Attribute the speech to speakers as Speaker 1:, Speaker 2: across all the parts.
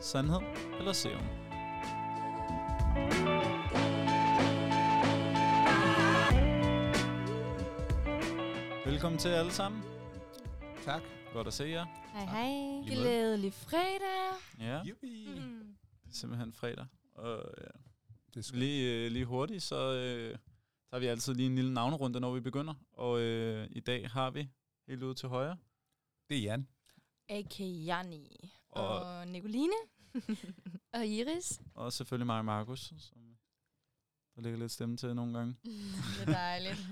Speaker 1: Sandhed eller serum? Velkommen til alle sammen.
Speaker 2: Tak.
Speaker 1: Godt at se jer.
Speaker 3: Hej hej.
Speaker 2: Lige måde.
Speaker 3: Glædelig fredag.
Speaker 1: Ja,
Speaker 2: Yuppie.
Speaker 4: Mm-hmm.
Speaker 3: Mm.
Speaker 1: det er simpelthen fredag. Og, ja.
Speaker 2: Det er skønt.
Speaker 1: Lige, øh, lige hurtigt, så øh, tager vi altid lige en lille navnerunde, når vi begynder. Og øh, i dag har vi helt ude til højre.
Speaker 2: Det er Jan.
Speaker 4: A.K. Jani og,
Speaker 1: Og-
Speaker 4: og Nicoline.
Speaker 3: Og Iris.
Speaker 1: Og selvfølgelig mig og Markus, som der ligger lidt stemme til nogle gange.
Speaker 4: Det er dejligt.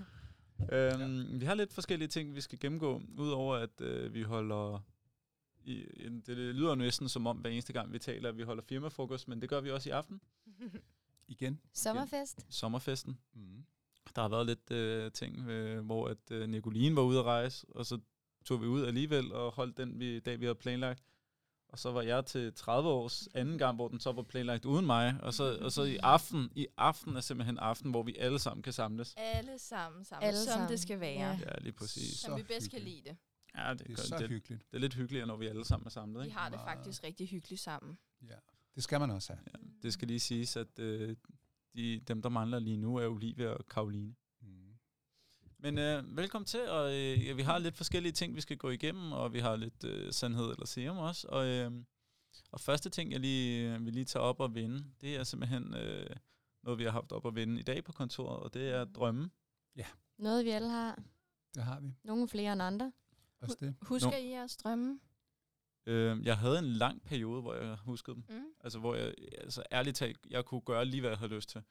Speaker 1: Øhm, Vi har lidt forskellige ting, vi skal gennemgå, udover at øh, vi holder... I, en- det lyder næsten som om, hver eneste gang vi taler, at vi holder firmafrokost, men det gør vi også i aften.
Speaker 2: Igen.
Speaker 3: Sommerfest.
Speaker 1: Sommerfesten.
Speaker 2: Mm.
Speaker 1: Der har været lidt øh, ting, øh, hvor at øh, Nicoline var ude at rejse, og så tog vi ud alligevel og holdt den vi, dag, vi havde planlagt. Og så var jeg til 30 års anden gang, hvor den så var planlagt uden mig. Og så, og så i aften, i aften er simpelthen aften, hvor vi alle sammen kan samles.
Speaker 4: Alle sammen sammen,
Speaker 3: Alle
Speaker 4: Alle som sammen.
Speaker 3: sammen,
Speaker 4: det skal være.
Speaker 3: ja.
Speaker 4: Ja.
Speaker 1: Ja, lige præcis.
Speaker 4: Som
Speaker 2: Så
Speaker 4: vi bedst kan
Speaker 2: hyggeligt.
Speaker 4: lide det.
Speaker 1: Ja, det,
Speaker 2: Det
Speaker 1: det,
Speaker 2: er så
Speaker 1: det,
Speaker 2: hyggeligt.
Speaker 1: det er lidt hyggeligere, når vi alle sammen er samlet.
Speaker 4: Vi
Speaker 1: Ikke?
Speaker 4: har det
Speaker 2: Meget.
Speaker 4: faktisk rigtig hyggeligt sammen.
Speaker 2: Det skal man også have.
Speaker 1: Ja, det skal lige siges, at øh, de, dem, der mangler lige nu, er Olivia og Karoline.
Speaker 2: Mm.
Speaker 1: Men øh, velkommen til, og øh, ja, vi har lidt forskellige ting, vi skal gå igennem, og vi har lidt øh, sandhed eller serum også. Og, øh, og første ting, jeg lige øh, vil lige tage op og vende, det er simpelthen øh, noget, vi har haft op og vende i dag på kontoret, og det er drømme.
Speaker 3: Noget vi alle har.
Speaker 2: Det har vi.
Speaker 3: Nogle flere end andre.
Speaker 2: Også det.
Speaker 4: Husker I jeres drømme?
Speaker 1: Øh, jeg havde en lang periode, hvor jeg huskede dem.
Speaker 4: Mm?
Speaker 1: Altså, hvor jeg, altså ærligt talt, jeg kunne gøre lige, hvad jeg havde lyst til.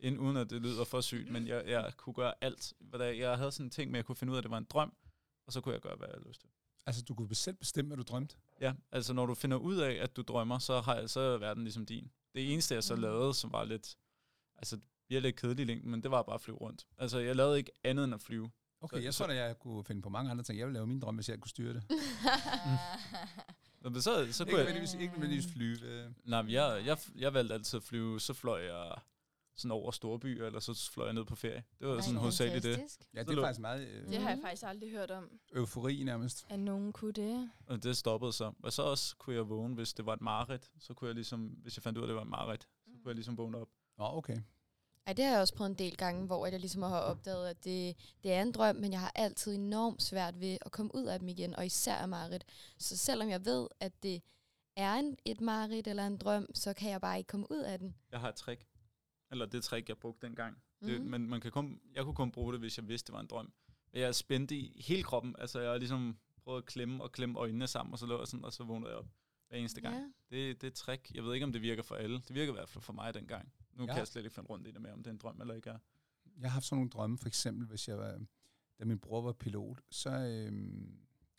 Speaker 1: Inden, uden at det lyder for sygt, men jeg, jeg kunne gøre alt. Hvad der- Jeg havde sådan en ting med, at jeg kunne finde ud af, at det var en drøm, og så kunne jeg gøre, hvad jeg havde lyst til.
Speaker 2: Altså, du kunne selv bestemme, hvad du drømte.
Speaker 1: Ja, altså når du finder ud af, at du drømmer, så, har, så er verden ligesom din. Det eneste, jeg så
Speaker 4: Mm.
Speaker 1: lavede, som var lidt, altså jeg er lidt kedelig længden, men det var bare at flyve rundt. Altså jeg lavede ikke andet end at flyve.
Speaker 2: Okay,
Speaker 1: Så-
Speaker 2: jeg
Speaker 1: så-
Speaker 2: tror, at jeg kunne finde på mange andre ting. Jeg ville lave min drøm, hvis jeg kunne styre det.
Speaker 1: Nå, Men så, så
Speaker 2: Ikke
Speaker 1: kunne jeg,
Speaker 2: nødvendigvis, ikke nødvendigvis flyve. øh.
Speaker 1: nej, men jeg, jeg, jeg valgte altid at flyve, så fløj jeg sådan over store byer, eller så fløj jeg ned på ferie. Det var
Speaker 3: Ej,
Speaker 1: sådan hovedsageligt det.
Speaker 3: fantastisk.
Speaker 2: Ja,
Speaker 1: Så
Speaker 2: det er
Speaker 1: lå-
Speaker 2: faktisk meget øh,
Speaker 4: Det har jeg faktisk aldrig hørt om,
Speaker 2: eufori nærmest.
Speaker 4: at nogen kunne det.
Speaker 1: Og det stoppede så. Og så også kunne jeg vågne, hvis det var et mareridt. Så kunne jeg ligesom, hvis jeg fandt ud af, at det var et mareridt, så kunne jeg ligesom vågne op.
Speaker 2: Nå, okay.
Speaker 3: Ej, det har jeg også prøvet en del gange, hvor jeg ligesom har opdaget, at det, det er en drøm, men jeg har altid enormt svært ved at komme ud af dem igen, og især af mareridt. Så selvom jeg ved, at det er en, et mareridt eller en drøm, så kan jeg bare ikke komme ud af den.
Speaker 1: Jeg har et trick. Eller det trick, jeg brugte dengang. Det,
Speaker 3: Mhm.
Speaker 1: men man kan kun, jeg kunne kun bruge det, hvis jeg vidste, det var en drøm. Men jeg spændte i hele kroppen. Altså, jeg ligesom prøvede at klemme og klemme øjnene sammen, og så lå jeg sådan, og så vågnede jeg op hver eneste gang.
Speaker 3: Ja.
Speaker 1: Det, det er et trick. Jeg ved ikke, om det virker for alle. Det virker i hvert fald for mig dengang. Nu
Speaker 2: Ja.
Speaker 1: kan jeg slet ikke finde rundt i det med, om det er en drøm eller ikke er.
Speaker 2: Jeg har haft sådan nogle drømme, for eksempel, hvis jeg var, da min bror var pilot, så, øh,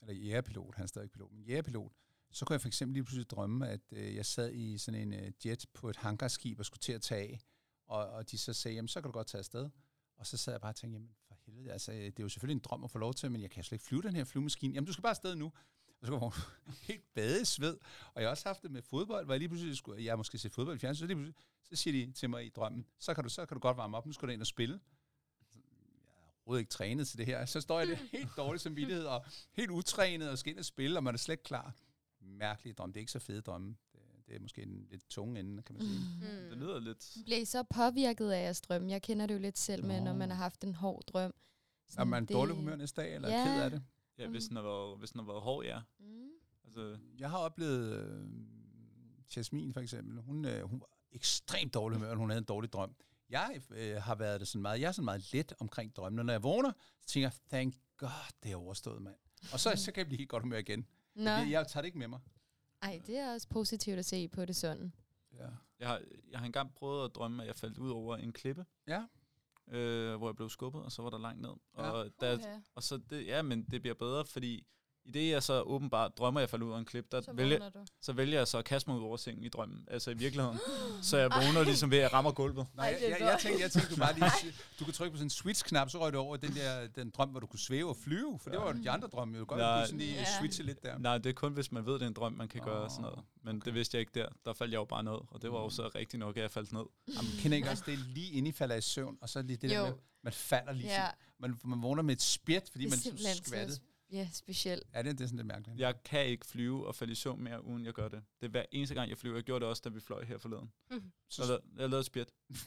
Speaker 2: eller jægerpilot, han er stadig pilot, men jægerpilot, så kunne jeg for eksempel lige pludselig drømme, at øh, jeg sad i sådan en øh, jet på et hangarskib og skulle til at tage af, og, og de så sagde, jamen så kan du godt tage afsted. Og så sad jeg bare og tænkte, jamen for helvede, altså øh, det er jo selvfølgelig en drøm at få lov til, men jeg kan jo slet ikke flyve den her flyvemaskine. Jamen du skal bare afsted nu. Og så kom hun helt bade i sved. Og jeg har også haft det med fodbold, hvor jeg lige pludselig skulle, jeg har måske set fodbold i fjernsynet, så, lige pludselig, så siger de til mig i drømmen, så kan du, så kan du godt varme op, nu skal du ind og spille overhovedet ikke trænet til det her. Så står jeg det helt dårligt som vidtighed, og helt utrænet, og skal ind og spille, og man er slet ikke klar. Mærkelige drømme. Det er ikke så fede drømme. Det, det er måske en lidt tung ende, kan man sige.
Speaker 1: Mm. Det lyder lidt...
Speaker 3: Bliver I så påvirket af jeres drømme? Jeg kender det jo lidt selv med, når
Speaker 2: Nå.
Speaker 3: man har haft en hård drøm.
Speaker 2: Er
Speaker 3: Sådan,
Speaker 2: man
Speaker 3: det-
Speaker 2: dårlig humør næste dag, eller er
Speaker 3: Ja.
Speaker 2: ked af det?
Speaker 1: Ja, hvis den har været, hvis den har været hård, ja.
Speaker 3: Mm.
Speaker 1: Altså,
Speaker 2: Jeg har oplevet øh, Jasmine for eksempel. Hun, øh, hun var ekstremt dårlig humør, og hun havde en dårlig drøm. Jeg øh, har været det sådan meget, jeg er sådan meget let omkring drømmene. Når jeg vågner, så tænker jeg, thank god, det er overstået, mand. Og så, så kan jeg blive helt godt humør igen.
Speaker 3: Nå,
Speaker 2: Jeg, jeg tager det ikke med mig.
Speaker 3: ej, det er også positivt at se på det sådan.
Speaker 2: Ja.
Speaker 1: jeg har, jeg har engang prøvet at drømme, at jeg faldt ud over en klippe.
Speaker 2: Ja.
Speaker 1: Øh, hvor jeg blev skubbet, og så var der langt ned.
Speaker 2: Ja.
Speaker 1: Og da,
Speaker 4: Uha.
Speaker 1: Og så det, ja, men det bliver bedre, fordi i det, jeg så åbenbart drømmer, jeg falder ud af en klip, der
Speaker 4: Så
Speaker 1: så vælger,
Speaker 4: vågner du.
Speaker 1: så vælger jeg så at kaste mig ud over sengen i drømmen, altså i virkeligheden. så jeg vågner ligesom ved, at jeg rammer gulvet.
Speaker 2: Nej,
Speaker 4: Ej,
Speaker 2: jeg,
Speaker 4: det er
Speaker 2: jeg,
Speaker 4: godt.
Speaker 2: jeg, tænkte, jeg tænkte, du bare lige, du kunne trykke på sådan en switch-knap, så røg du over i den der den drøm, hvor du kunne svæve og flyve, for det var jo de andre drømme, jo. du godt
Speaker 1: Nej.
Speaker 2: kunne sådan lige
Speaker 4: Ja.
Speaker 2: switche lidt der.
Speaker 1: Nej, det er kun, hvis man ved, det er en drøm, man kan oh,
Speaker 2: Åh, Mm.
Speaker 1: gøre sådan noget. Men okay. det vidste jeg ikke der. Der faldt jeg jo bare ned, og det var jo så rigtigt nok, at jeg faldt ned.
Speaker 2: Jamen, kender I ikke også det, lige inden I falder i søvn, og så lige det jo.
Speaker 3: Jo.
Speaker 2: der med, man falder lige,
Speaker 4: Ja.
Speaker 2: sådan, man, man vågner med et spjæt, fordi
Speaker 3: Det er
Speaker 2: man
Speaker 3: simpelthen
Speaker 2: skvattet.
Speaker 3: så Ja, specielt.
Speaker 2: Er det, det er sådan lidt mærkeligt?
Speaker 1: Jeg kan ikke flyve og falde i søvn mere, uden jeg gør det. Det er hver eneste gang, jeg flyver. Jeg gjorde det også, da vi fløj her forleden.
Speaker 2: Så-
Speaker 1: Jeg lavede, jeg lavede et spjæt.
Speaker 3: Mm.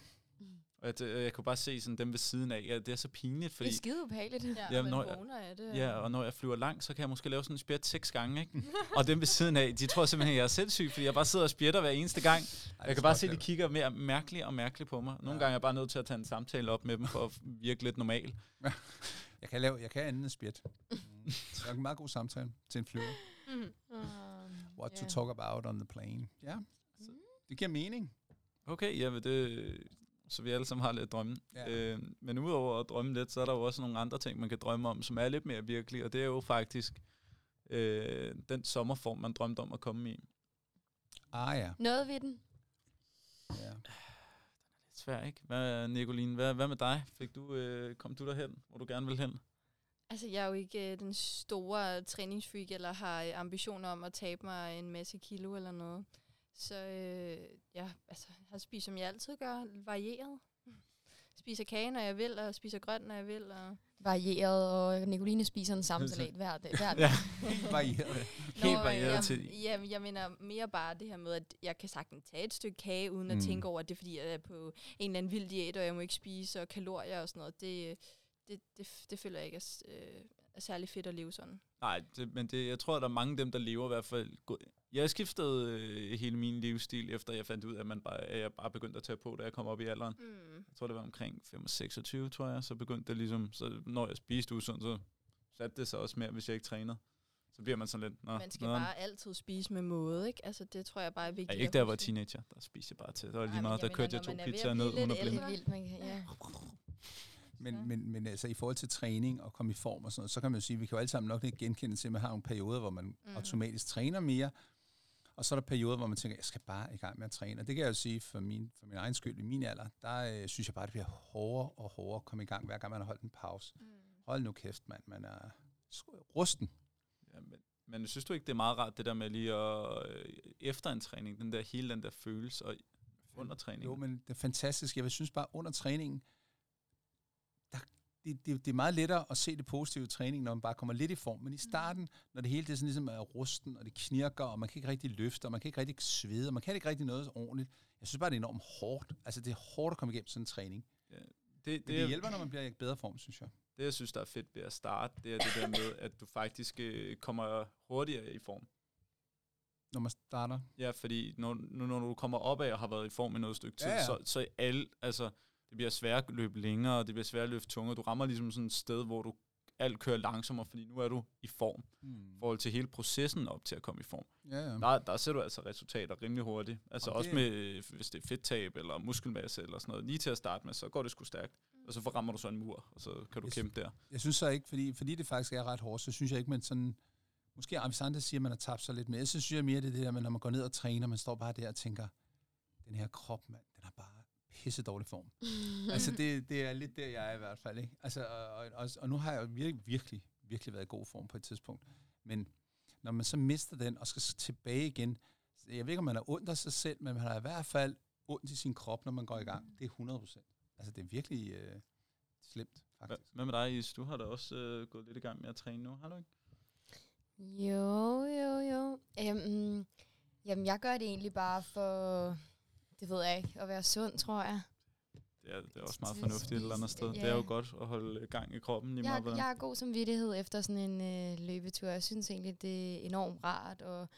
Speaker 1: Og jeg, det- jeg kunne bare se sådan dem ved siden af. Ja, det er så pinligt,
Speaker 3: Det
Speaker 1: fordi...
Speaker 3: er skide ubehageligt.
Speaker 4: Ja,
Speaker 1: Ja,
Speaker 4: ja man
Speaker 1: når
Speaker 4: når
Speaker 1: jeg-
Speaker 4: vågner af det.
Speaker 1: Ja, og når jeg flyver langt, så kan jeg måske lave sådan en spjæt seks gange, ikke? og dem ved siden af, de tror simpelthen, jeg er sindssyg, fordi jeg bare sidder og spjætter hver eneste gang.
Speaker 2: Ej,
Speaker 1: Jeg
Speaker 2: det
Speaker 1: kan bare
Speaker 2: er
Speaker 1: se, at de
Speaker 2: godt,
Speaker 1: kigger mere mærkeligt og mærkeligt på mig. Nogle
Speaker 2: Ja.
Speaker 1: gange er jeg bare nødt til at tage en samtale op med dem for at virke lidt normal.
Speaker 2: Jeg kan, lave, jeg kan andet end spjæt. Mm. Det er en meget god samtale til en flyver.
Speaker 4: Mm.
Speaker 3: Um,
Speaker 2: What to talk about on the plane. Ja, så det giver mening.
Speaker 1: Okay, ja, men det, så vi alle sammen har lidt drømme.
Speaker 2: Ja.
Speaker 1: Øh, men udover at drømme lidt, så er der jo også nogle andre ting, man kan drømme om, som er lidt mere virkelige, og det er jo faktisk øh, den sommerform, man drømte om at komme i.
Speaker 2: Ah ja.
Speaker 3: Noget ved den.
Speaker 2: ja.
Speaker 1: Svært, ikke? Hvad, Nicoline, hvad, hvad med dig? Fik du, øh, kom du derhen, hvor du gerne vil hen?
Speaker 4: Altså, jeg er jo ikke øh, den store træningsfreak, eller har øh, ambitioner om at tabe mig en masse kilo eller noget. Så øh, jeg altså, har spist, som jeg altid gør, varieret. Spiser kage, når jeg vil, og spiser grønt, når jeg vil. Og
Speaker 3: Varieret, og Nicoline spiser den samme
Speaker 1: Så-
Speaker 3: salat hver dag. Hver dag.
Speaker 1: Ja.
Speaker 2: Helt varieret.
Speaker 1: Helt varieret
Speaker 4: jeg,
Speaker 1: til-
Speaker 4: Jeg, øh, jeg mener mere bare det her med, at jeg kan sagtens tage et stykke kage, uden mm.
Speaker 2: Mm.
Speaker 4: at tænke over, at det er fordi, jeg er på en eller anden vild diæt, og jeg må ikke spise, og kalorier og sådan noget. Det, øh, det, det, det føler jeg ikke er, s- øh, er særlig fedt at leve sådan.
Speaker 1: Nej, det, men det, jeg tror, at der er mange af dem, der lever i hvert fald. gå- Jeg skiftede øh, hele min livsstil, efter jeg fandt ud af, at, man bare, at jeg bare begyndte at tage på, da jeg kom op i alderen.
Speaker 4: Mm.
Speaker 1: Jeg tror, det var omkring 25-26, tror jeg. Så begyndte det ligesom, så når jeg spiste usundt, så satte det sig også mere, hvis jeg ikke trænede. Så bliver man sådan lidt, nå,
Speaker 4: Man skal
Speaker 1: nederen.
Speaker 4: bare altid spise med måde, ikke? Altså, det tror jeg bare er
Speaker 1: Ja,
Speaker 4: vigtigt.
Speaker 1: ikke
Speaker 4: at
Speaker 1: da jeg var
Speaker 4: huske.
Speaker 1: teenager, der spiste jeg bare til. Der var
Speaker 4: Nej,
Speaker 1: lige
Speaker 4: men
Speaker 1: meget, der
Speaker 4: jeg
Speaker 1: kørte
Speaker 4: mener,
Speaker 1: jeg to
Speaker 4: når man er ved
Speaker 1: pizzaer ned
Speaker 4: at blive lidt
Speaker 1: under
Speaker 3: Det
Speaker 1: blind.
Speaker 3: er vildt, man kan. Ja.
Speaker 2: Men, men, men altså i forhold til træning og komme i form og sådan noget, så kan man jo sige, at vi kan jo alle sammen nok lidt genkende til, at man har nogle perioder, hvor man mm. automatisk træner mere, og så er der perioder, hvor man tænker, jeg skal bare i gang med at træne. Og det kan jeg jo sige for min, for min egen skyld, i min alder, der øh, synes jeg bare, det bliver hårdere og hårdere at komme i gang, hver gang man har holdt en pause.
Speaker 4: Mm.
Speaker 2: Hold nu kæft, mand, man er s- rusten.
Speaker 1: Ja, men, men synes du ikke, det er meget rart, det der med lige at, øh, efter en træning, den der, hele den der følelse og under træningen?
Speaker 2: Jo, men det er fantastisk. Jeg synes bare, under træningen, der, det, det, det er meget lettere at se det positive i træningen, når man bare kommer lidt i form. Men i starten, når det hele det sådan ligesom er rusten, og det knirker, og man kan ikke rigtig løfte, og man kan ikke rigtig svede, og man kan ikke rigtig noget ordentligt. Jeg synes bare, det er enormt hårdt. Altså, det er hårdt at komme igennem sådan en træning.
Speaker 1: det,
Speaker 2: Men det
Speaker 1: det,
Speaker 2: hjælper, når man bliver i bedre form, synes jeg.
Speaker 1: det, jeg synes, der er fedt ved at starte, det er det der med, at du faktisk øh, kommer hurtigere i form.
Speaker 2: Når man starter.
Speaker 1: Ja, fordi når, nu når du kommer op af og har været i form i noget stykke tid,
Speaker 2: Ja,
Speaker 1: ja,
Speaker 2: ja.
Speaker 1: ja. så, så alle, altså, det bliver svært at løbe længere, og det bliver svært at løfte tungere. Du rammer ligesom sådan et sted, hvor du alt kører langsommere, fordi nu er du i form i
Speaker 2: Hmm.
Speaker 1: forhold til hele processen op til at komme i form.
Speaker 2: Ja, ja.
Speaker 1: Der, der ser du altså resultater rimelig hurtigt. Altså
Speaker 2: Og
Speaker 1: også
Speaker 2: det-
Speaker 1: med, øh, hvis det er fedttab eller muskelmasse eller sådan noget. Lige til at starte med, så går det sgu stærkt.
Speaker 3: Mm.
Speaker 1: Og så rammer du så en mur, og så kan du
Speaker 2: Yes.
Speaker 1: kæmpe der.
Speaker 2: Jeg synes så ikke, fordi, fordi det faktisk er ret hårdt, så synes jeg ikke, man sådan... Måske Avisante siger, at man har tabt sig lidt mere. Så synes jeg mere, det er det der, med, når man går ned og træner, man står bare der og tænker, den her krop, mand, den har bare pisse dårlig form. altså, det, det er lidt der, jeg er i hvert fald, ikke? Altså, og, og, og, og nu har jeg jo virkelig, virkelig, virkelig været i god form på et tidspunkt. Men når man så mister den og skal s- tilbage igen, så jeg ved ikke, om man er ondt af sig selv, men man har i hvert fald ondt i sin krop, når man går i gang. Det er 100 procent. Altså, det er virkelig øh, slemt,
Speaker 1: Hva-
Speaker 2: faktisk.
Speaker 1: Hvad med dig, Is? Du har da også øh, gået lidt i gang med at træne nu, har du ikke?
Speaker 3: Jo, jo, jo. Øhm, jamen, jeg gør det egentlig bare for, det ved jeg ikke, at være sund, tror jeg.
Speaker 1: Det er, det er også
Speaker 3: Det
Speaker 1: meget
Speaker 3: er
Speaker 1: fornuftigt et eller andet
Speaker 3: spist,
Speaker 1: sted. Det
Speaker 3: ja.
Speaker 1: er jo godt at holde øh, gang i kroppen lige meget.
Speaker 3: Jeg,
Speaker 1: hvordan-
Speaker 3: jeg har god samvittighed efter sådan en øh, løbetur. Jeg synes egentlig, det er enormt rart. Og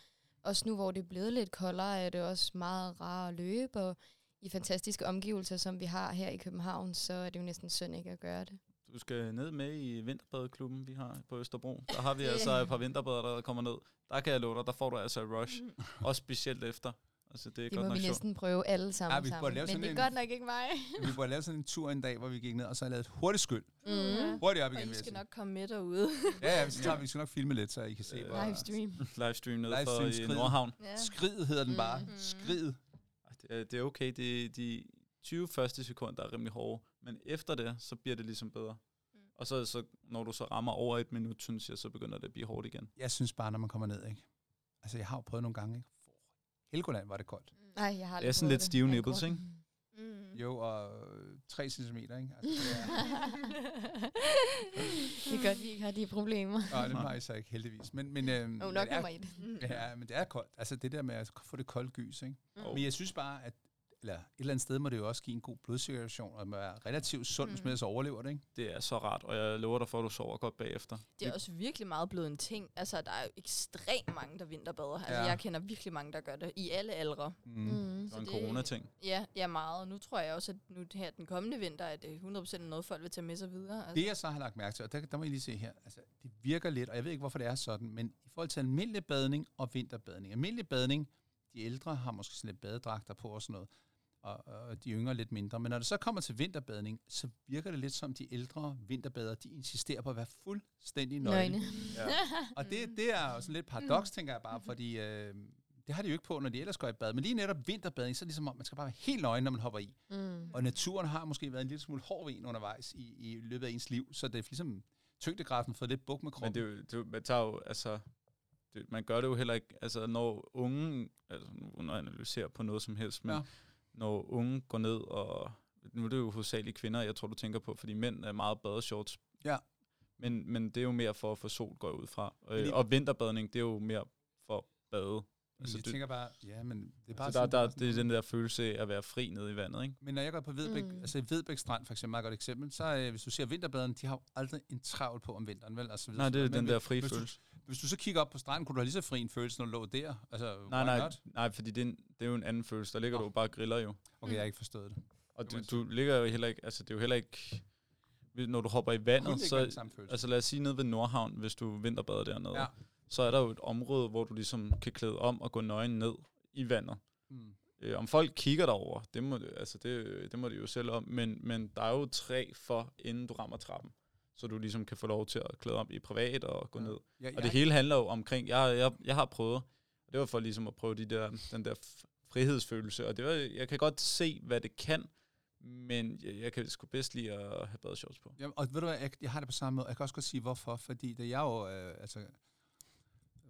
Speaker 3: også nu, hvor det er blevet lidt koldere, er det også meget rart at løbe. Og i fantastiske omgivelser, som vi har her i København, så er det jo næsten synd ikke at gøre det.
Speaker 1: Du skal ned med i vinterbadeklubben, vi har på Østerbro. Der har vi
Speaker 3: Det-
Speaker 1: altså et par vinterbader, der kommer ned. Der kan jeg love dig, der får du altså et rush. Også specielt efter. Altså, det er
Speaker 3: Mm. Det
Speaker 1: godt
Speaker 3: må
Speaker 1: nok
Speaker 3: vi
Speaker 1: sjovt.
Speaker 3: næsten prøve alle sammen
Speaker 2: Ja, vi burde
Speaker 3: sammen.
Speaker 2: lave
Speaker 3: Men
Speaker 2: sådan
Speaker 3: det er
Speaker 2: en-
Speaker 3: godt nok ikke mig.
Speaker 2: Vi burde lave sådan en tur en dag, hvor vi gik ned, og så lavede et hurtigt skyld.
Speaker 3: Mm.
Speaker 2: Hurtigt op igen,
Speaker 4: Og I
Speaker 2: vil jeg
Speaker 4: skal
Speaker 2: sige.
Speaker 4: nok komme med derude.
Speaker 2: Ja, ja, vi skal, vi skal nok filme lidt, så I kan se,
Speaker 1: Øh,
Speaker 2: hvor...
Speaker 3: Livestream.
Speaker 1: Livestream nede
Speaker 2: Livestream
Speaker 1: Livestream for
Speaker 2: skrider.
Speaker 1: i Nordhavn.
Speaker 4: ja.
Speaker 2: Skridet hedder den bare.
Speaker 4: Mhm.
Speaker 3: Mm.
Speaker 2: Skridet.
Speaker 1: Ej, Det er, det er okay. Det er de 20 første sekunder, der er rimelig hårde. Men efter det, så bliver det ligesom bedre.
Speaker 4: Mm.
Speaker 1: Og så, så når du så rammer over et minut, synes jeg, så begynder det at blive hårdt igen.
Speaker 2: Jeg synes bare, når man kommer ned, ikke? Altså, jeg har jo prøvet nogle gange, ikke? For
Speaker 4: Mhm.
Speaker 2: Helgoland var det koldt.
Speaker 3: Nej, jeg har
Speaker 4: Mm.
Speaker 1: Det er sådan lidt stive nipples, ikke?
Speaker 2: Jo, og øh, 3 cm, ikke? Altså, det er,
Speaker 3: det er godt, vi ikke har de problemer.
Speaker 2: nej, det har jeg så ikke, heldigvis. Men, men, øhm,
Speaker 3: Jo,
Speaker 2: men
Speaker 3: nok
Speaker 2: det er,
Speaker 3: nummer et.
Speaker 2: ja, men det er koldt. Altså det der med at få det kolde gys, ikke?
Speaker 4: Mm.
Speaker 1: Jo.
Speaker 2: Men jeg synes bare, at eller et eller andet sted må det jo også give en god blodcirkulation, og man er relativt sund, hvis
Speaker 4: Mm.
Speaker 2: man så overlever det, ikke?
Speaker 1: Det er så rart, og jeg lover dig for, at du sover godt bagefter.
Speaker 4: Det er også virkelig meget blevet en ting. Altså, der er jo ekstremt mange, der vinterbader. Altså,
Speaker 2: Ja.
Speaker 4: jeg kender virkelig mange, der gør det i alle aldre.
Speaker 3: Mm.
Speaker 1: Det var en
Speaker 4: det-
Speaker 1: corona-ting.
Speaker 4: Ja, ja meget. Nu tror jeg også, at nu her den kommende vinter, at det er 100% noget, folk vil tage med sig videre. Altså.
Speaker 2: Det jeg så har lagt mærke til, og der, der må I lige se her, altså, det virker lidt, og jeg ved ikke, hvorfor det er sådan, men i forhold til almindelig badning og vinterbadning. Almindelig badning, de ældre har måske sådan lidt badedragter på og sådan noget, og, og de yngre lidt mindre. Men når det så kommer til vinterbadning, så virker det lidt som de ældre vinterbadere, de insisterer på at være fuldstændig nøgne.
Speaker 3: Nøgne.
Speaker 2: Og det, det er jo sådan lidt paradoks, tænker jeg bare, fordi øh, det har de jo ikke på, når de ellers går i bad. Men lige netop vinterbadning, så er det ligesom om, man skal bare være helt nøgen, når man hopper i.
Speaker 3: Mm.
Speaker 2: Og naturen har måske været en lille smule hård ved en undervejs i, i løbet af ens liv, så det er ligesom tyngdekraften fået lidt buk med
Speaker 1: Men
Speaker 2: kroppen.
Speaker 1: det, er jo- det, er jo- man tager jo, altså, det, man gør det jo heller ikke, altså når unge, altså nu når jeg analyserer på noget som helst, men
Speaker 2: Ja.
Speaker 1: ja. når unge går ned og, nu er det jo hovedsageligt kvinder, jeg tror du tænker på, fordi mænd er meget badeshorts.
Speaker 2: Ja.
Speaker 1: Men, men det er jo mere for at få sol, går jeg ud fra.
Speaker 2: Men
Speaker 1: Øh,
Speaker 2: det-
Speaker 1: og vinterbadning, det er jo mere for at bade. Altså,
Speaker 2: altså, jeg
Speaker 1: det-
Speaker 2: tænker bare, ja, men det er bare
Speaker 1: Så der,
Speaker 2: sådan,
Speaker 1: der,
Speaker 2: sådan-
Speaker 1: det er den der følelse af at være fri nede i vandet, ikke?
Speaker 2: Men når jeg går på Vedbæk,
Speaker 3: Mm.
Speaker 2: mm. altså Vedbæk Strand for eksempel, meget godt eksempel, så øh, hvis du ser vinterbaderne, de har jo aldrig en travl på om vinteren, vel? Altså, hvis
Speaker 1: Nej,
Speaker 2: du-
Speaker 1: det er
Speaker 2: men
Speaker 1: den
Speaker 2: hvis-
Speaker 1: der fri
Speaker 2: hvis du-
Speaker 1: følelse.
Speaker 2: Hvis du så kigger op på stranden, kunne du have lige så fri en følelse, når du lå der? Altså,
Speaker 1: Nej,
Speaker 2: why
Speaker 1: nej,
Speaker 2: not?
Speaker 1: nej, fordi det er, en, det er jo en anden følelse. Der ligger
Speaker 2: Nå.
Speaker 1: du jo bare og griller jo.
Speaker 2: Okay, jeg har ikke forstået det.
Speaker 1: Og
Speaker 2: kan
Speaker 1: du,
Speaker 2: man
Speaker 1: du ligger jo heller ikke, altså det er jo heller ikke, hvis- når du hopper i vandet,
Speaker 2: Kunne det ikke være den
Speaker 1: så,
Speaker 2: samme følelse?
Speaker 1: altså lad os sige nede ved Nordhavn, hvis du vinterbader dernede,
Speaker 2: Ja.
Speaker 1: ja. så er der jo et område, hvor du ligesom kan klæde om og gå nøgen ned i vandet.
Speaker 2: Mm.
Speaker 1: Øh, om folk kigger derover, det må, altså det, det må de jo selv om, men, men der er jo tre for, inden du rammer trappen, så du ligesom kan få lov til at klæde om i privat og gå
Speaker 2: Ja.
Speaker 1: ja. ned.
Speaker 2: Ja,
Speaker 1: Og det hele handler jo omkring, jeg, jeg, jeg har prøvet, og det var for ligesom at prøve de der, den der f- frihedsfølelse, og det var, jeg kan godt se, hvad det kan, men jeg, jeg kan sgu bedst lide at have badeshorts på.
Speaker 2: Jamen, og ved du hvad, jeg, jeg har det på samme måde. Jeg kan også godt sige, hvorfor. Fordi da jeg jo, øh, altså,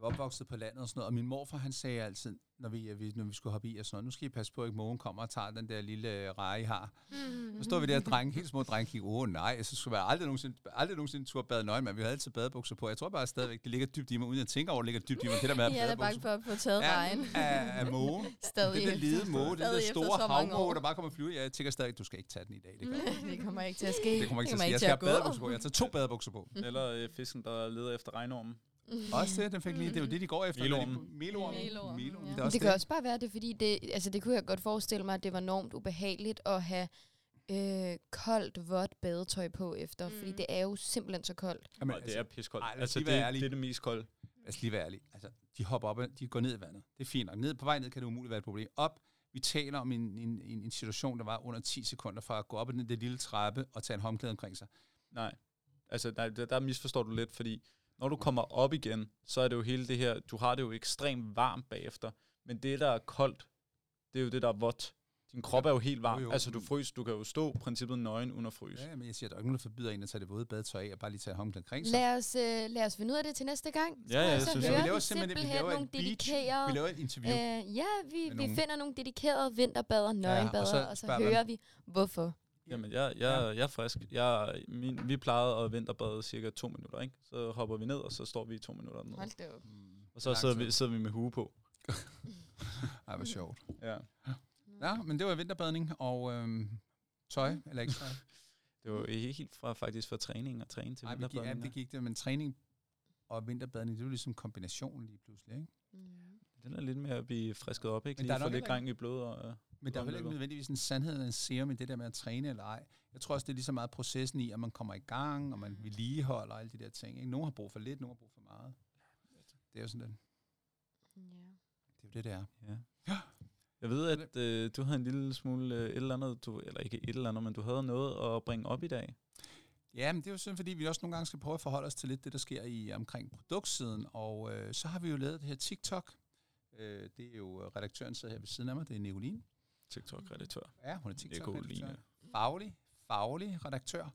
Speaker 2: var opvokset på landet og sådan noget, og min morfar, han sagde altid, når vi, øh, vi, når vi skulle hoppe i og sådan noget, nu skal I passe på, at ikke mågen kommer og tager den der lille øh, reje, I har. Så står vi der, drenge, helt små drenge, kigger, åh nej, så skulle jeg aldrig nogensinde, aldrig nogensinde tur bade nøgen, men vi havde altid badebukser på. Jeg tror bare stadigvæk, det ligger dybt i mig, uden jeg tænker over, det ligger dybt i mig, det der med at
Speaker 4: Jeg er da
Speaker 2: have
Speaker 4: bange
Speaker 2: badebukser.
Speaker 4: for at få taget
Speaker 2: Ja,
Speaker 4: regn.
Speaker 2: af, af mågen.
Speaker 3: Stadig.
Speaker 2: Den der
Speaker 3: efter.
Speaker 2: lede måge, den der
Speaker 4: Stadig efter
Speaker 2: store
Speaker 4: så mange
Speaker 2: havmåge,
Speaker 4: år.
Speaker 2: der bare kommer og flyver. Jeg tænker stadig, du skal ikke tage den i dag. Det, gør. jeg ikke.
Speaker 3: det kommer ikke til at ske.
Speaker 2: det kommer ikke til at ske.
Speaker 4: ikke
Speaker 2: Jeg skal
Speaker 4: til
Speaker 2: have
Speaker 4: at gå.
Speaker 2: badebukser på. Jeg tager to badebukser på.
Speaker 1: Eller øh, fisken, der leder efter regnormen.
Speaker 2: Også det, den fik lige, det er jo det, de går efter. når de-
Speaker 1: Melormen.
Speaker 2: Melormen.
Speaker 4: Melormen,
Speaker 2: Melormen.
Speaker 4: ja.
Speaker 2: Det er
Speaker 3: Men
Speaker 2: også
Speaker 3: det kan
Speaker 2: det.
Speaker 3: også bare være det, fordi det, altså det kunne jeg godt forestille mig, at det var enormt ubehageligt at have øh, koldt, vådt badetøj på efter, mm. fordi
Speaker 4: Mm.
Speaker 3: det er jo simpelthen så koldt.
Speaker 2: Jamen,
Speaker 1: Og det er piskoldt.
Speaker 2: Ej, lad os
Speaker 1: altså,
Speaker 2: lige
Speaker 1: det,
Speaker 2: være
Speaker 1: det
Speaker 2: ærlige.
Speaker 1: er det mest kolde.
Speaker 2: lad os lige være ærlige. Altså, de hopper op, og de går ned i vandet. Det er fint nok. Ned, på vej ned kan det umuligt være et problem. Op, vi taler om en, en, en, en situation, der var under 10 sekunder fra at gå op ad den der lille trappe og tage en håndklæde omkring sig.
Speaker 1: Nej. Altså, der, der, der misforstår du lidt, fordi når du kommer op igen, så er det jo hele det her, du har det jo ekstremt varmt bagefter, men det, der er koldt, det er jo det, der er vådt. Din krop er jo helt varm.
Speaker 2: Jo, jo.
Speaker 1: Altså, du frys, du kan jo stå i princippet nøgen uden at fryse.
Speaker 2: Ja, men jeg siger, der er ikke nogen, der forbyder en at tage det våde badetøj af og bare lige tage et håndklæde omkring sig.
Speaker 3: Lad os, øh, lad os finde ud af det til næste gang.
Speaker 1: Ja, ja,
Speaker 3: jeg
Speaker 1: jeg
Speaker 3: så
Speaker 1: synes,
Speaker 3: høre,
Speaker 1: vi
Speaker 3: vi
Speaker 2: laver
Speaker 3: laver
Speaker 2: simpelthen- vi
Speaker 3: simpelthen
Speaker 2: laver
Speaker 3: nogle
Speaker 2: en beach.
Speaker 3: dedikerede...
Speaker 2: Vi laver et interview. Øh,
Speaker 3: Øh, ja, vi,
Speaker 2: med
Speaker 3: vi
Speaker 2: nogle-
Speaker 3: finder nogle dedikerede vinterbader, nøgenbader, ja, og så, og så
Speaker 2: spørger man-
Speaker 3: hører vi, hvorfor.
Speaker 1: Jamen, jeg, jeg,
Speaker 2: Ja.
Speaker 1: jeg er frisk. Jeg, min, vi plejede at vinterbade cirka to minutter, ikke? Så hopper vi ned, og så står vi i to minutter dernede.
Speaker 3: Hold da op.
Speaker 2: Mm.
Speaker 1: Og så sidder vi, sidder vi med hue på.
Speaker 2: Ej, hvor sjovt.
Speaker 1: Ja.
Speaker 2: Ja, men det var vinterbadning og øhm, tøj, eller ikke tøj.
Speaker 1: Det var jo helt fra, faktisk fra træning og træne til
Speaker 2: Ej, vi gik, ja,
Speaker 1: vinterbadning.
Speaker 2: det gik det, men træning og vinterbadning, det var ligesom kombinationen lige pludselig, ikke?
Speaker 3: Mm.
Speaker 1: Den er lidt mere at blive frisket op, ikke?
Speaker 2: Men
Speaker 1: Lige
Speaker 2: der er
Speaker 1: der er få
Speaker 2: nok
Speaker 1: lidt
Speaker 2: heller
Speaker 1: gang i blodet. Og, øh,
Speaker 2: Men der er vel ikke
Speaker 1: Omløbet.
Speaker 2: nødvendigvis en sandhed eller en serum i det der med at træne eller ej. Jeg tror også, det er lige så meget processen i, at man kommer i gang, og man vedligeholder og alle de der ting. Ikke? Nogen har brug for lidt, nogen har brug for meget. Det er jo sådan, det,
Speaker 3: Ja.
Speaker 2: det, er jo det, det er.
Speaker 1: ja. Jeg ved, at øh, du havde en lille smule øh, et eller andet, du, eller ikke et eller andet, men du havde noget at bringe op i dag.
Speaker 2: Ja, men det er jo sådan, fordi vi også nogle gange skal prøve at forholde os til lidt det, der sker i omkring produktsiden. Og øh, så har vi jo lavet det her TikTok. Øh, det er jo øh, redaktøren sidder her ved siden af mig, det er Nicoline.
Speaker 1: TikTok-redaktør.
Speaker 2: Ja, hun er TikTok-redaktør.
Speaker 1: Nicoline.
Speaker 2: faglig, faglig redaktør.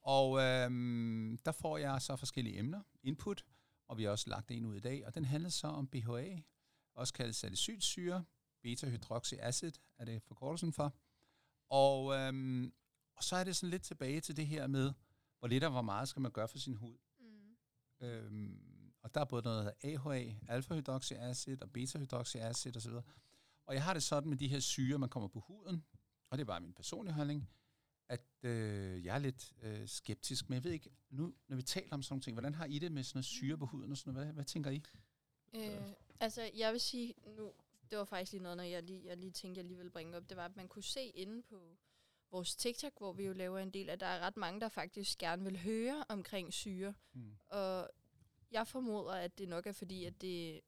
Speaker 2: Og øhm, der får jeg så forskellige emner, input, og vi har også lagt en ud i dag, og den handler så om BHA, også kaldet salicylsyre, beta-hydroxyacid er det forkortelsen for. Og øhm, Og så er det sådan lidt tilbage til det her med, hvor lidt og hvor meget skal man gøre for sin hud.
Speaker 4: Mm.
Speaker 2: Øhm, og der er både noget, der hedder AHA, alfa-hydroxyacid og beta-hydroxyacid osv. Og jeg har det sådan med de her syre, man kommer på huden, og det er bare min personlige holdning, at øh, jeg er lidt øh, skeptisk, men jeg ved ikke, nu når vi taler om sådan nogle ting, hvordan har I det med sådan noget syre på huden og sådan noget? Hvad, hvad tænker I?
Speaker 4: Øh, altså, jeg vil sige nu, det var faktisk lige noget, når jeg lige, jeg lige tænkte, jeg lige ville bringe op, det var, at man kunne se inde på vores TikTok, hvor vi jo laver en del, at der er ret mange, der faktisk gerne vil høre omkring syre.
Speaker 2: Hmm.
Speaker 4: Og jeg formoder, at det nok er fordi, at det,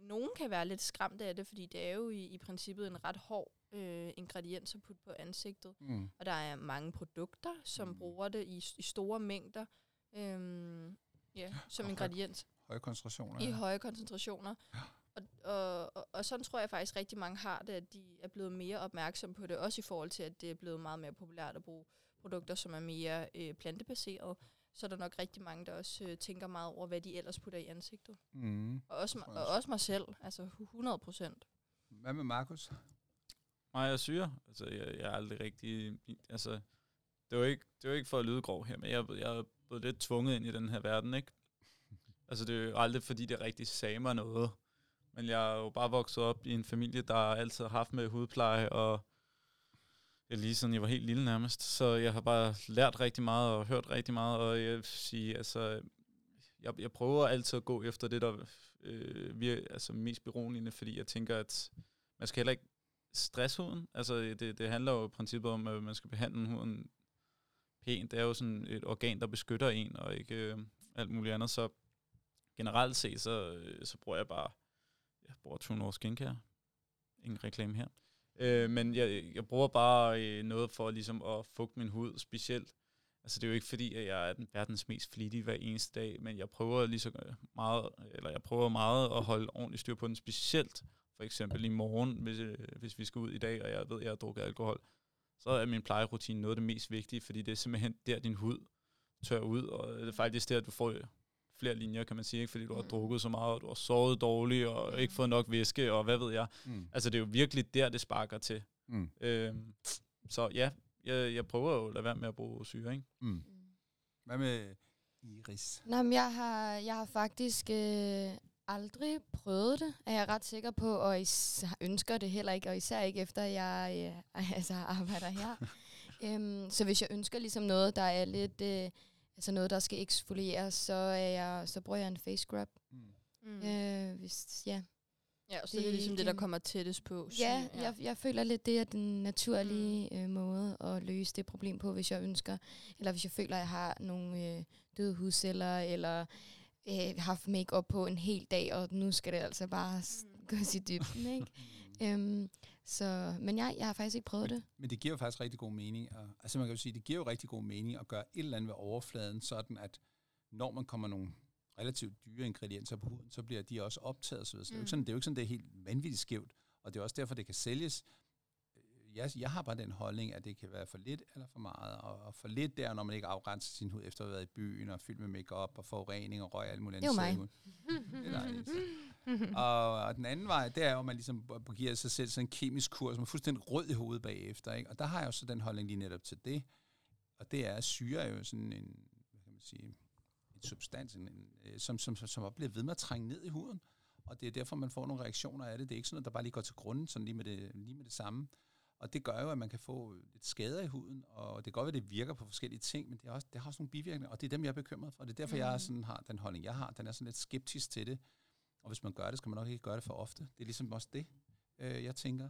Speaker 4: nogen kan være lidt skræmt af det, fordi det er jo i, i princippet en ret hård øh, ingrediens at putte på ansigtet.
Speaker 2: Mm.
Speaker 4: Og der er mange produkter, som
Speaker 2: Mm.
Speaker 4: mm. bruger det i, i store mængder øhm, ja, som
Speaker 2: og høj-
Speaker 4: ingrediens
Speaker 2: Høje koncentrationer.
Speaker 4: i
Speaker 2: af-
Speaker 4: høje koncentrationer. Og, og, og, og sådan tror jeg faktisk rigtig mange har det, at de er blevet mere opmærksomme på det, også i forhold til, at det er blevet meget mere populært at bruge produkter, som er mere øh, plantebaseret. Så er der nok rigtig mange, der også øh, tænker meget over, hvad de ellers putter i ansigtet.
Speaker 2: Mm.
Speaker 4: Og også, mig-
Speaker 2: tror jeg
Speaker 4: og
Speaker 2: også.
Speaker 4: også mig selv, altså 100 procent.
Speaker 2: Hvad med Markus?
Speaker 1: Mig og syre. Altså, jeg, jeg er aldrig rigtig... Altså, det var ikke, det var ikke for at lyde grov her, men jeg, er blevet- jeg er blevet lidt tvunget ind i den her verden, ikke? Altså, det er jo aldrig, fordi det rigtig sagde mig noget. Men jeg er jo bare vokset op i en familie, der altid har haft med hudpleje, og ja, lige siden jeg var helt lille nærmest. Så jeg har bare lært rigtig meget og hørt rigtig meget, og jeg vil sige, altså, jeg, jeg prøver altid at gå efter det, der øh, virker altså, mest beroligende, fordi jeg tænker, at man skal heller ikke stresshuden. Altså, det, det handler jo i princippet om, at man skal behandle huden pænt. Det er jo sådan et organ, der beskytter en, og ikke øh, alt muligt andet. Så generelt set, så, øh, så bruger jeg bare, jeg bruger Tune Over Skincare. Ingen reklame her. Øh, men jeg, jeg bruger bare øh, noget for ligesom at fugte min hud specielt. Altså det er jo ikke fordi, at jeg er den verdens mest flittige hver eneste dag, men jeg prøver lige så øh, meget, eller jeg prøver meget at holde ordentligt styr på den, specielt for eksempel i morgen, hvis, øh, hvis vi skal ud i dag, og jeg ved, at jeg har drukket alkohol, så er min plejerutine noget af det mest vigtige, fordi det er simpelthen der, din hud tør ud, og det er faktisk der, at du får øh, flere linjer, kan man sige, ikke? fordi du har
Speaker 4: Mm.
Speaker 1: drukket så meget, og du har sovet dårligt, og ikke
Speaker 4: Mm.
Speaker 1: fået nok væske, og hvad ved jeg.
Speaker 2: Mm.
Speaker 1: Altså, det er jo virkelig der, det sparker til.
Speaker 2: Mm.
Speaker 1: Øhm, så ja, jeg, jeg prøver jo at lade være med at bruge syre, ikke?
Speaker 2: Mm.
Speaker 3: Mm.
Speaker 2: Hvad med Iris?
Speaker 3: Nå, men jeg har, jeg har faktisk øh, aldrig prøvet det, er jeg ret sikker på, og is- ønsker det heller ikke, og især ikke efter jeg øh, altså arbejder her. øhm, så hvis jeg ønsker ligesom noget, der er lidt, øh, altså noget, der skal eksfolieres, så, er jeg, så bruger jeg en face scrub.
Speaker 2: Mm.
Speaker 4: Mm.
Speaker 3: Mm. Øh, hvis, ja.
Speaker 4: Ja, så det, det er
Speaker 3: det-
Speaker 4: ligesom det, der
Speaker 3: det-
Speaker 4: kommer tættest på. syge,
Speaker 3: Ja, jeg, jeg føler lidt, det er den naturlige øh, måde at løse det problem på, hvis jeg ønsker, eller hvis jeg føler, at jeg har nogle øh, døde hudceller, eller øh, haft makeup på en hel dag, og nu skal det altså bare s-
Speaker 4: Mm.
Speaker 3: gå i dybden, ikke? øhm, så, men jeg, jeg har faktisk ikke prøvet det.
Speaker 2: Men det giver jo faktisk rigtig god mening. At, altså man kan jo sige, det giver jo rigtig god mening at gøre et eller andet ved overfladen, sådan at når man kommer nogle relativt dyre ingredienser på huden, så bliver de også optaget osv. Så det, er jo
Speaker 4: Mm.
Speaker 2: ikke sådan, det er jo ikke sådan, det er helt vanvittigt skævt, og det er også derfor, det kan sælges. Øh, Jeg, jeg har bare den holdning, at det kan være for lidt eller for meget, og, og for lidt der, når man ikke afgrænser sin hud efter at have været i byen og fyldt med makeup og forurening og røg og alt muligt
Speaker 3: Det
Speaker 2: andet.
Speaker 3: er jo
Speaker 2: sidder i
Speaker 3: mig.
Speaker 2: huden. Det er dejligt. og, og den anden vej, det er jo, at man ligesom b- giver sig selv sådan en kemisk kurs, man er fuldstændig rød i hovedet bagefter. Ikke? Og der har jeg jo så den holdning lige netop til det. Og det er, at syre er jo sådan en, hvad kan man sige, en substans, en, en, øh, som, som, som, som bliver ved med at trænge ned i huden. Og det er derfor, man får nogle reaktioner af det. Det er ikke sådan noget, der bare lige går til grunden, sådan lige med det, lige med det samme. Og det gør jo, at man kan få lidt skader i huden, og det kan godt være, at det virker på forskellige ting, men det, er også, det har også nogle bivirkninger, og det er dem, jeg er bekymret for. Og det er derfor, mm. jeg er
Speaker 4: Mm.
Speaker 2: sådan har den holdning, jeg har. Den er sådan lidt skeptisk til det. Og hvis man gør det, skal man nok ikke gøre det for ofte. Det er ligesom også det, øh, jeg tænker.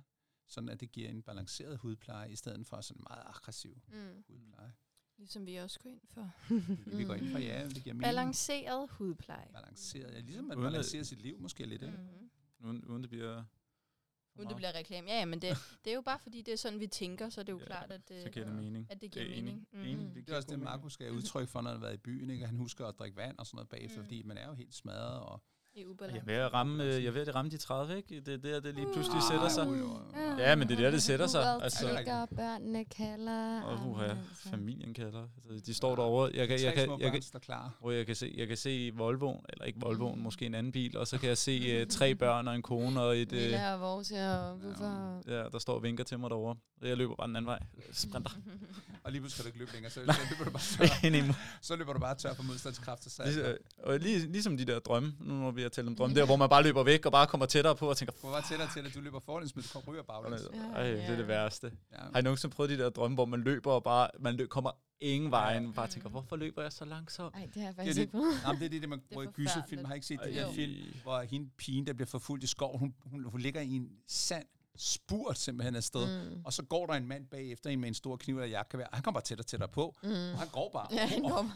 Speaker 2: Sådan, at det giver en balanceret hudpleje, i stedet for sådan en meget aggressiv
Speaker 4: Mm.
Speaker 2: hudpleje.
Speaker 4: Ligesom vi også går ind for.
Speaker 2: Det er det, vi går ind for, ja, det giver mening.
Speaker 4: Balanceret hudpleje.
Speaker 2: Balanceret. Ja, ligesom man
Speaker 1: Uden at-
Speaker 2: balancerer sit liv måske lidt. Ikke?
Speaker 4: Mm.
Speaker 1: Uden, uden det bliver... for
Speaker 4: Uden det
Speaker 1: meget,
Speaker 4: bliver reklame. Ja, ja, men det, det er jo bare fordi, det er sådan, vi tænker, så det er jo
Speaker 1: Ja,
Speaker 4: klart, at
Speaker 1: Så
Speaker 4: det,
Speaker 1: giver det mening.
Speaker 4: at Øh, det giver
Speaker 1: er enig.
Speaker 4: mening.
Speaker 1: Enig,
Speaker 4: Mhm.
Speaker 1: det
Speaker 2: Det er også
Speaker 1: god
Speaker 2: det,
Speaker 1: mening.
Speaker 2: Markus skal udtrykke for, når han har været i byen. Ikke? Og Han husker at drikke vand og sådan noget bagefter,
Speaker 4: Mm.
Speaker 2: fordi man er jo helt smadret. Og
Speaker 4: i
Speaker 1: Jeg
Speaker 4: ubalance.
Speaker 1: er ved at ramme, øh, jeg er ved at ramme de 30, ikke? Det er der, det lige pludselig
Speaker 2: Ah,
Speaker 1: sætter sig.
Speaker 2: jo, jo, jo.
Speaker 1: Ja, men det er der, det sætter sig.
Speaker 3: Uret
Speaker 1: Altså.
Speaker 3: tikker, børnene kalder.
Speaker 1: Og
Speaker 3: Ej, men
Speaker 1: uha,
Speaker 3: altså.
Speaker 1: familien kalder. Altså, de står derovre. Jeg kan,
Speaker 2: Tre
Speaker 1: jeg
Speaker 2: små
Speaker 1: kan, jeg
Speaker 2: børn
Speaker 1: kan,
Speaker 2: står klar.
Speaker 1: hvor jeg kan se, jeg kan se Volvoen, eller ikke
Speaker 4: Mm.
Speaker 1: Volvoen, måske en anden bil, og så kan jeg se uh, tre børn og en kone og et... Uh,
Speaker 3: Lilla og vores og hvorfor...
Speaker 1: ja, der står og vinker til mig derovre. Og jeg løber bare den anden vej. Sprinter.
Speaker 2: Og lige pludselig kan du ikke løbe længere, så, så løber du bare tør,
Speaker 1: Ind i
Speaker 2: så løber du bare tør for modstandskraft. Og så
Speaker 1: Lige, og lige, ligesom de der drømme, nu når vi har talt om drømme, der hvor man bare løber væk og bare kommer tættere på og tænker,
Speaker 2: Du går bare tættere til det, du løber forlæns, men du kommer ryger baglæns.
Speaker 1: "F***, ej, det er det værste.
Speaker 2: Ja.
Speaker 1: Har I nogensinde prøvet de der drømme, hvor man løber og bare, man løb, kommer ingen vej ind, bare tænker,
Speaker 4: Mm.
Speaker 1: hvorfor løber jeg så langsomt?
Speaker 3: Ej, det har jeg faktisk
Speaker 2: det-
Speaker 3: ikke på.
Speaker 2: Jamen, det er det, det man bruger i
Speaker 4: forfærdeligt.
Speaker 2: gyserfilm. Har I ikke set det
Speaker 1: Ej.
Speaker 2: der film, hvor hende pigen, der bliver forfulgt i skoven, hun, hun, hun ligger i en sand spurt simpelthen afsted. Mm.
Speaker 3: Mm.
Speaker 2: Og så går der en mand bagefter en med en stor kniv eller jakkevær. Han kommer bare tættere og tættere på.
Speaker 3: Mm.
Speaker 2: Og han går bare.
Speaker 3: Ja, han
Speaker 2: og,
Speaker 3: går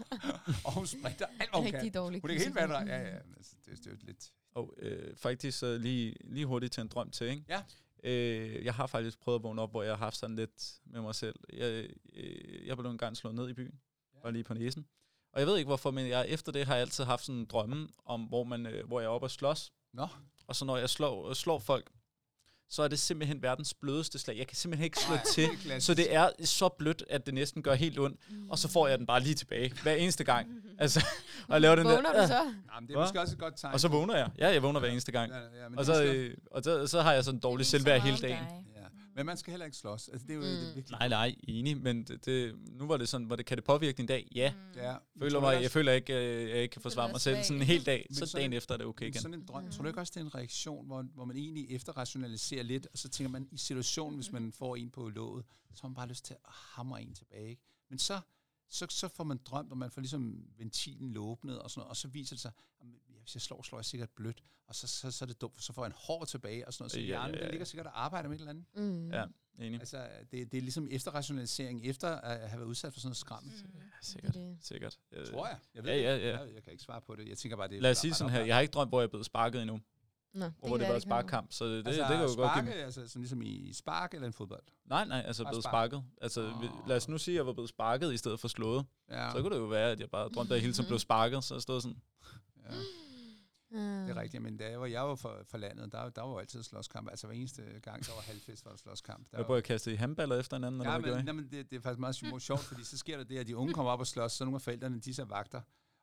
Speaker 2: og hun sprinter alt, hvad hun kan.
Speaker 3: rigtig dårligt.
Speaker 2: Hun ligger helt vandret. Ja, ja. Altså, det, det er jo lidt...
Speaker 1: Og øh, faktisk så lige, lige hurtigt til en drøm til, ikke?
Speaker 2: Ja.
Speaker 1: Øh, jeg har faktisk prøvet at vågne op, hvor jeg har haft sådan lidt med mig selv. Jeg, øh, jeg blev engang slået ned i byen,
Speaker 2: Ja.
Speaker 1: bare lige på næsen. Og jeg ved ikke hvorfor, men jeg, efter det har jeg altid haft sådan en drømme om, hvor, man, øh, hvor jeg er oppe og slås.
Speaker 2: Nå.
Speaker 1: Og så når jeg slår, øh, slår folk, så er det simpelthen verdens blødeste slag. Jeg kan simpelthen ikke slå
Speaker 2: Ej,
Speaker 1: til.
Speaker 2: det er klassisk.
Speaker 1: Så det er så blødt, at det næsten gør helt ondt. Og så får jeg den bare lige tilbage, hver eneste gang. Altså, og jeg laver den der,
Speaker 3: Vågner du
Speaker 1: "Ah",
Speaker 3: så?
Speaker 2: Nej, men det er
Speaker 1: Hva?
Speaker 2: måske også et godt tegn.
Speaker 1: og så vågner jeg. Ja, jeg vågner hver eneste gang.
Speaker 2: Ja, ja, men
Speaker 1: Og
Speaker 2: det er
Speaker 1: så,
Speaker 2: måske-
Speaker 1: øh, og så, så har jeg sådan dårlig selvværd hele dagen.
Speaker 2: ja. Men man skal heller ikke slås. Altså, det er jo det er
Speaker 3: Mm.
Speaker 2: virkelig...
Speaker 1: Nej, nej, enig, men det, det, nu var det sådan, hvor det kan det påvirke din dag? Ja.
Speaker 4: Mm.
Speaker 2: Ja.
Speaker 1: Jeg føler mig, jeg føler ikke, øh, jeg ikke kan forsvare
Speaker 4: være
Speaker 1: mig selv
Speaker 4: svag.
Speaker 1: sådan en hel dag,
Speaker 2: Men
Speaker 1: så
Speaker 2: sådan-
Speaker 1: dagen efter er det okay
Speaker 2: Men
Speaker 1: igen.
Speaker 2: Sådan en drøm. Tror du ikke også, det er en reaktion, hvor, hvor man egentlig efterrationaliserer lidt, og så tænker man i situationen, hvis man får en på låget, så har man bare lyst til at hamre en tilbage. Ikke? Men så, så, så får man drømt, og man får ligesom ventilen låbnet, og, sådan noget, og så viser det sig, at hvis jeg slår, slår jeg sikkert blødt, og så, så, så er det dumt, for så får jeg en hår tilbage, og sådan noget. Så
Speaker 1: Ja,
Speaker 2: hjernen,
Speaker 1: ja,
Speaker 2: den
Speaker 1: ja.
Speaker 2: ligger sikkert og arbejder med et eller andet.
Speaker 3: Mm.
Speaker 1: Ja. Enig.
Speaker 2: Altså, det, det er ligesom efterrationalisering, efter at have været udsat for sådan noget skram.
Speaker 4: Mm.
Speaker 1: Ja,
Speaker 3: Det er
Speaker 1: sikkert,
Speaker 3: det.
Speaker 1: sikkert. Øh,
Speaker 2: Tror jeg. Jeg
Speaker 1: ja, ja, ja.
Speaker 2: Jeg, jeg kan ikke svare på det. Jeg tænker bare, det er
Speaker 1: Lad os sige sådan her, jeg har ikke drømt, hvor jeg er blevet sparket endnu,
Speaker 3: Nå,
Speaker 1: og hvor det var et
Speaker 3: kan være.
Speaker 1: sparkkamp, så det, det, det kan jo godt give mig.
Speaker 2: Altså, sparke, altså, som ligesom i spark eller en fodbold.
Speaker 1: Nej, nej, altså
Speaker 2: Bare
Speaker 1: blevet
Speaker 2: spark.
Speaker 1: sparket. Altså, vi- lad os nu sige, at jeg var blevet sparket i stedet for slået.
Speaker 2: Ja,
Speaker 1: Så kunne det jo være, at jeg bare drømte, at jeg hele tiden blev sparket, så jeg stod sådan,
Speaker 2: ja,
Speaker 3: Mm.
Speaker 2: det er rigtigt. Men da jeg var, jeg var for, for landet, der, der var jo altid slåskamp. Altså hver eneste gang, der var halvfest, var der slåskamp. Der
Speaker 1: jeg
Speaker 2: var,
Speaker 1: prøvede at kaste i handballer efter hinanden, eller
Speaker 2: ja,
Speaker 1: hvad gjorde
Speaker 2: men,
Speaker 1: jeg?
Speaker 2: nej, men det, det er faktisk meget sjo- sjovt, fordi så sker der det, at de unge kommer op og slås, så nogle af forældrene, de er så vagter.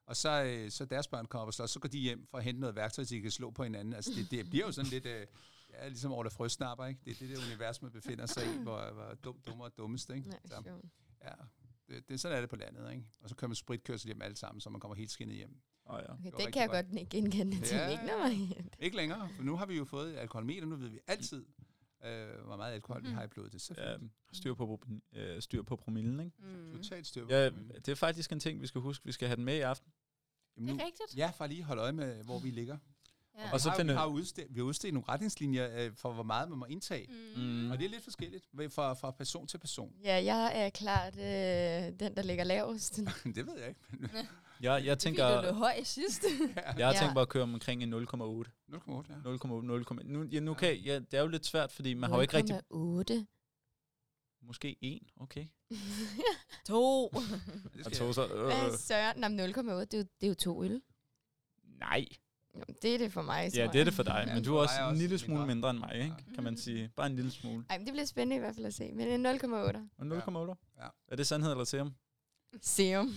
Speaker 2: Og så, øh, så deres børn kommer op og slås, så går de hjem for at hente noget værktøj, så de kan slå på hinanden. Altså det, det bliver jo sådan lidt, øh, ja, ligesom Orla Frøsnapper, ikke? Det er det, det univers, man befinder sig i, hvor, hvor dum, dummer og dummest, ikke?
Speaker 3: Nej,
Speaker 2: Så,
Speaker 3: sjovt.
Speaker 2: ja, det, det, sådan er det på landet, ikke? Og så kører man spritkørsel hjem alle sammen, så man kommer helt skinnet hjem.
Speaker 1: Åh, ja.
Speaker 3: Okay,
Speaker 2: var
Speaker 3: det
Speaker 2: rigtig
Speaker 3: kan jeg
Speaker 2: godt.
Speaker 3: godt ikke genkende til.
Speaker 2: Ja.
Speaker 3: Ikke når man
Speaker 2: Ikke længere, for nu har vi jo fået alkoholmeter, nu ved vi altid, øh, hvor meget alkohol vi har i blodet. Det er så
Speaker 1: Mhm. Ja,
Speaker 2: fint.
Speaker 1: styr på, pro- øh, styr på promillen, ikke?
Speaker 4: Mm.
Speaker 2: Totalt styr på
Speaker 1: Mhm. Ja,
Speaker 2: alkoholen.
Speaker 1: det er faktisk en ting, vi skal huske, vi skal have den med i aften.
Speaker 2: Jamen
Speaker 4: Det
Speaker 2: nu-
Speaker 4: er rigtigt.
Speaker 2: Ja, for at lige holde øje med, hvor vi ligger.
Speaker 4: Ja.
Speaker 1: Og
Speaker 2: Og
Speaker 1: så
Speaker 2: så vi
Speaker 1: finder-
Speaker 2: har, jo udstedt, vi har udstedt nogle retningslinjer øh, for, hvor meget man må indtage. Mm.
Speaker 1: Mm.
Speaker 2: Og det er lidt forskelligt ved- fra, fra person til person.
Speaker 3: Ja, jeg er klart øh, den, der ligger lavest.
Speaker 2: det ved jeg ikke. men
Speaker 1: Jeg, jeg
Speaker 4: Tænker, det
Speaker 1: tænker,
Speaker 4: blev høj sidst.
Speaker 1: jeg har
Speaker 3: Ja.
Speaker 1: tænkt mig at køre omkring en 0,8.
Speaker 2: 0,8, ja.
Speaker 1: 0,8, 0,8. Nu, ja, nu kan, ja, det er jo lidt svært, fordi man har jo ikke rigtig...
Speaker 3: 8.
Speaker 1: Måske 1, okay.
Speaker 4: to.
Speaker 2: Det
Speaker 1: Og
Speaker 2: skal
Speaker 1: to
Speaker 2: Altså, jeg.
Speaker 1: så... Øh,
Speaker 3: Hvad søren? Nå, men 0,8, det, er jo- det er jo to øl.
Speaker 1: nej,
Speaker 3: Nå, det er det for mig. tror
Speaker 1: ja,
Speaker 3: jeg.
Speaker 1: det er det for dig,
Speaker 2: Ja,
Speaker 1: men du
Speaker 2: for
Speaker 1: er
Speaker 2: mig
Speaker 1: også
Speaker 2: er
Speaker 1: en
Speaker 2: også
Speaker 1: lille smule
Speaker 2: mindre.
Speaker 1: mindre end mig, ikke? kan man sige. Bare en lille smule.
Speaker 3: Ej, men det bliver spændende i hvert fald at se. Men en 0,8.
Speaker 1: Og 0,8?
Speaker 2: Ja.
Speaker 1: Er det sandhed eller serum?
Speaker 3: Serum.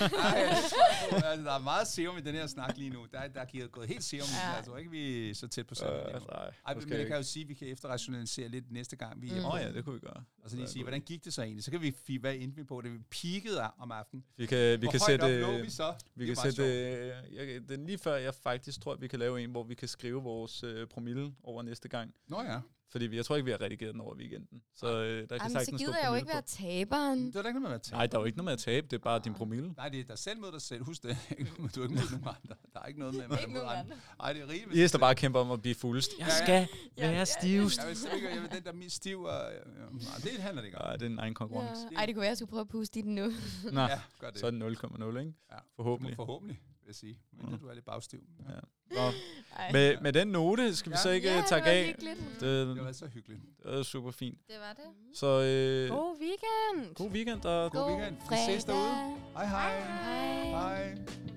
Speaker 2: Ej, det tror jeg på. Altså, der er meget serum i den her snak lige nu. Der, er- der er givet gået helt serum. Ja.
Speaker 3: Ja.
Speaker 2: Jeg tror ikke, vi er så tæt
Speaker 1: Øh,
Speaker 2: på sandheden. lige nu.
Speaker 1: nej.
Speaker 2: Ej, men
Speaker 1: måske
Speaker 2: det
Speaker 1: ikke.
Speaker 2: kan jeg jo sige, at vi kan efterrationalisere lidt næste gang, vi er
Speaker 3: Mm.
Speaker 2: hjemme.
Speaker 1: Åh ja, det kunne vi gøre.
Speaker 2: Og så lige
Speaker 1: Det er
Speaker 2: sige,
Speaker 1: en god
Speaker 2: hvordan gik det så egentlig? Så kan vi, fi- hvad endte vi på? Det vi peakede om aftenen.
Speaker 1: Vi kan, vi
Speaker 2: Hvor
Speaker 1: kan
Speaker 2: højt
Speaker 1: sætte...
Speaker 2: op lå vi så?
Speaker 1: Vi
Speaker 2: Det er
Speaker 1: kan
Speaker 2: meget
Speaker 1: sætte, øh, jeg, det er lige før jeg faktisk tror, at vi kan lave en, hvor vi kan skrive vores øh, promille over næste gang.
Speaker 2: sjovt. Nå ja.
Speaker 1: Fordi vi, jeg tror ikke, vi har redigeret den over weekenden. Så øh, der kan
Speaker 3: Jamen,
Speaker 1: sagtens
Speaker 3: så
Speaker 1: stå
Speaker 3: gider jeg jo
Speaker 1: promille
Speaker 3: ikke være
Speaker 1: på.
Speaker 3: taberen.
Speaker 2: Det var da ikke noget med at tage.
Speaker 1: Nej, der er jo ikke noget med at tabe, det er bare din promille.
Speaker 2: Nej, det er dig selv mod dig selv. Husk det. Ikke mod- Du er ikke mod nogen andre. Der er ikke noget med, at man er
Speaker 4: Ikke
Speaker 2: mod
Speaker 4: nogen
Speaker 2: andre. Nej, det er rigeligt.
Speaker 1: I der bare kæmper om at blive fuldest. Jeg
Speaker 2: Ja, ja.
Speaker 1: skal være stivest.
Speaker 2: Jeg vil slet ikke, jeg vil den der er mest stiv. Og, ja, nej, det handler det ikke om.
Speaker 1: Nej, det er en egen
Speaker 3: Ja.
Speaker 1: konkurrence.
Speaker 3: Ej, det kunne være, jeg skulle prøve at puste i den nu.
Speaker 1: Nå,
Speaker 2: Ja, gør det.
Speaker 1: så er det 0,0, ikke?
Speaker 2: Ja.
Speaker 1: Ah, Forhåbentlig.
Speaker 2: Forhåbentlig, vil jeg sige. Men
Speaker 1: Mhm.
Speaker 2: du er lidt bagstiv. Ja.
Speaker 1: Ja.
Speaker 2: Ja.
Speaker 1: Nå,
Speaker 3: Ej.
Speaker 1: med, med den note skal vi
Speaker 2: Ja.
Speaker 1: så ikke
Speaker 3: ja,
Speaker 1: øh, takke
Speaker 3: det var
Speaker 1: af.
Speaker 3: hyggeligt.
Speaker 1: Det,
Speaker 2: Det var så hyggeligt.
Speaker 1: det er super fint.
Speaker 4: Det var det.
Speaker 3: Mm.
Speaker 1: Så øh,
Speaker 4: God weekend!
Speaker 1: god weekend og
Speaker 2: God weekend. Vi ses derude. Hej hej.
Speaker 3: Hej.
Speaker 2: Hej.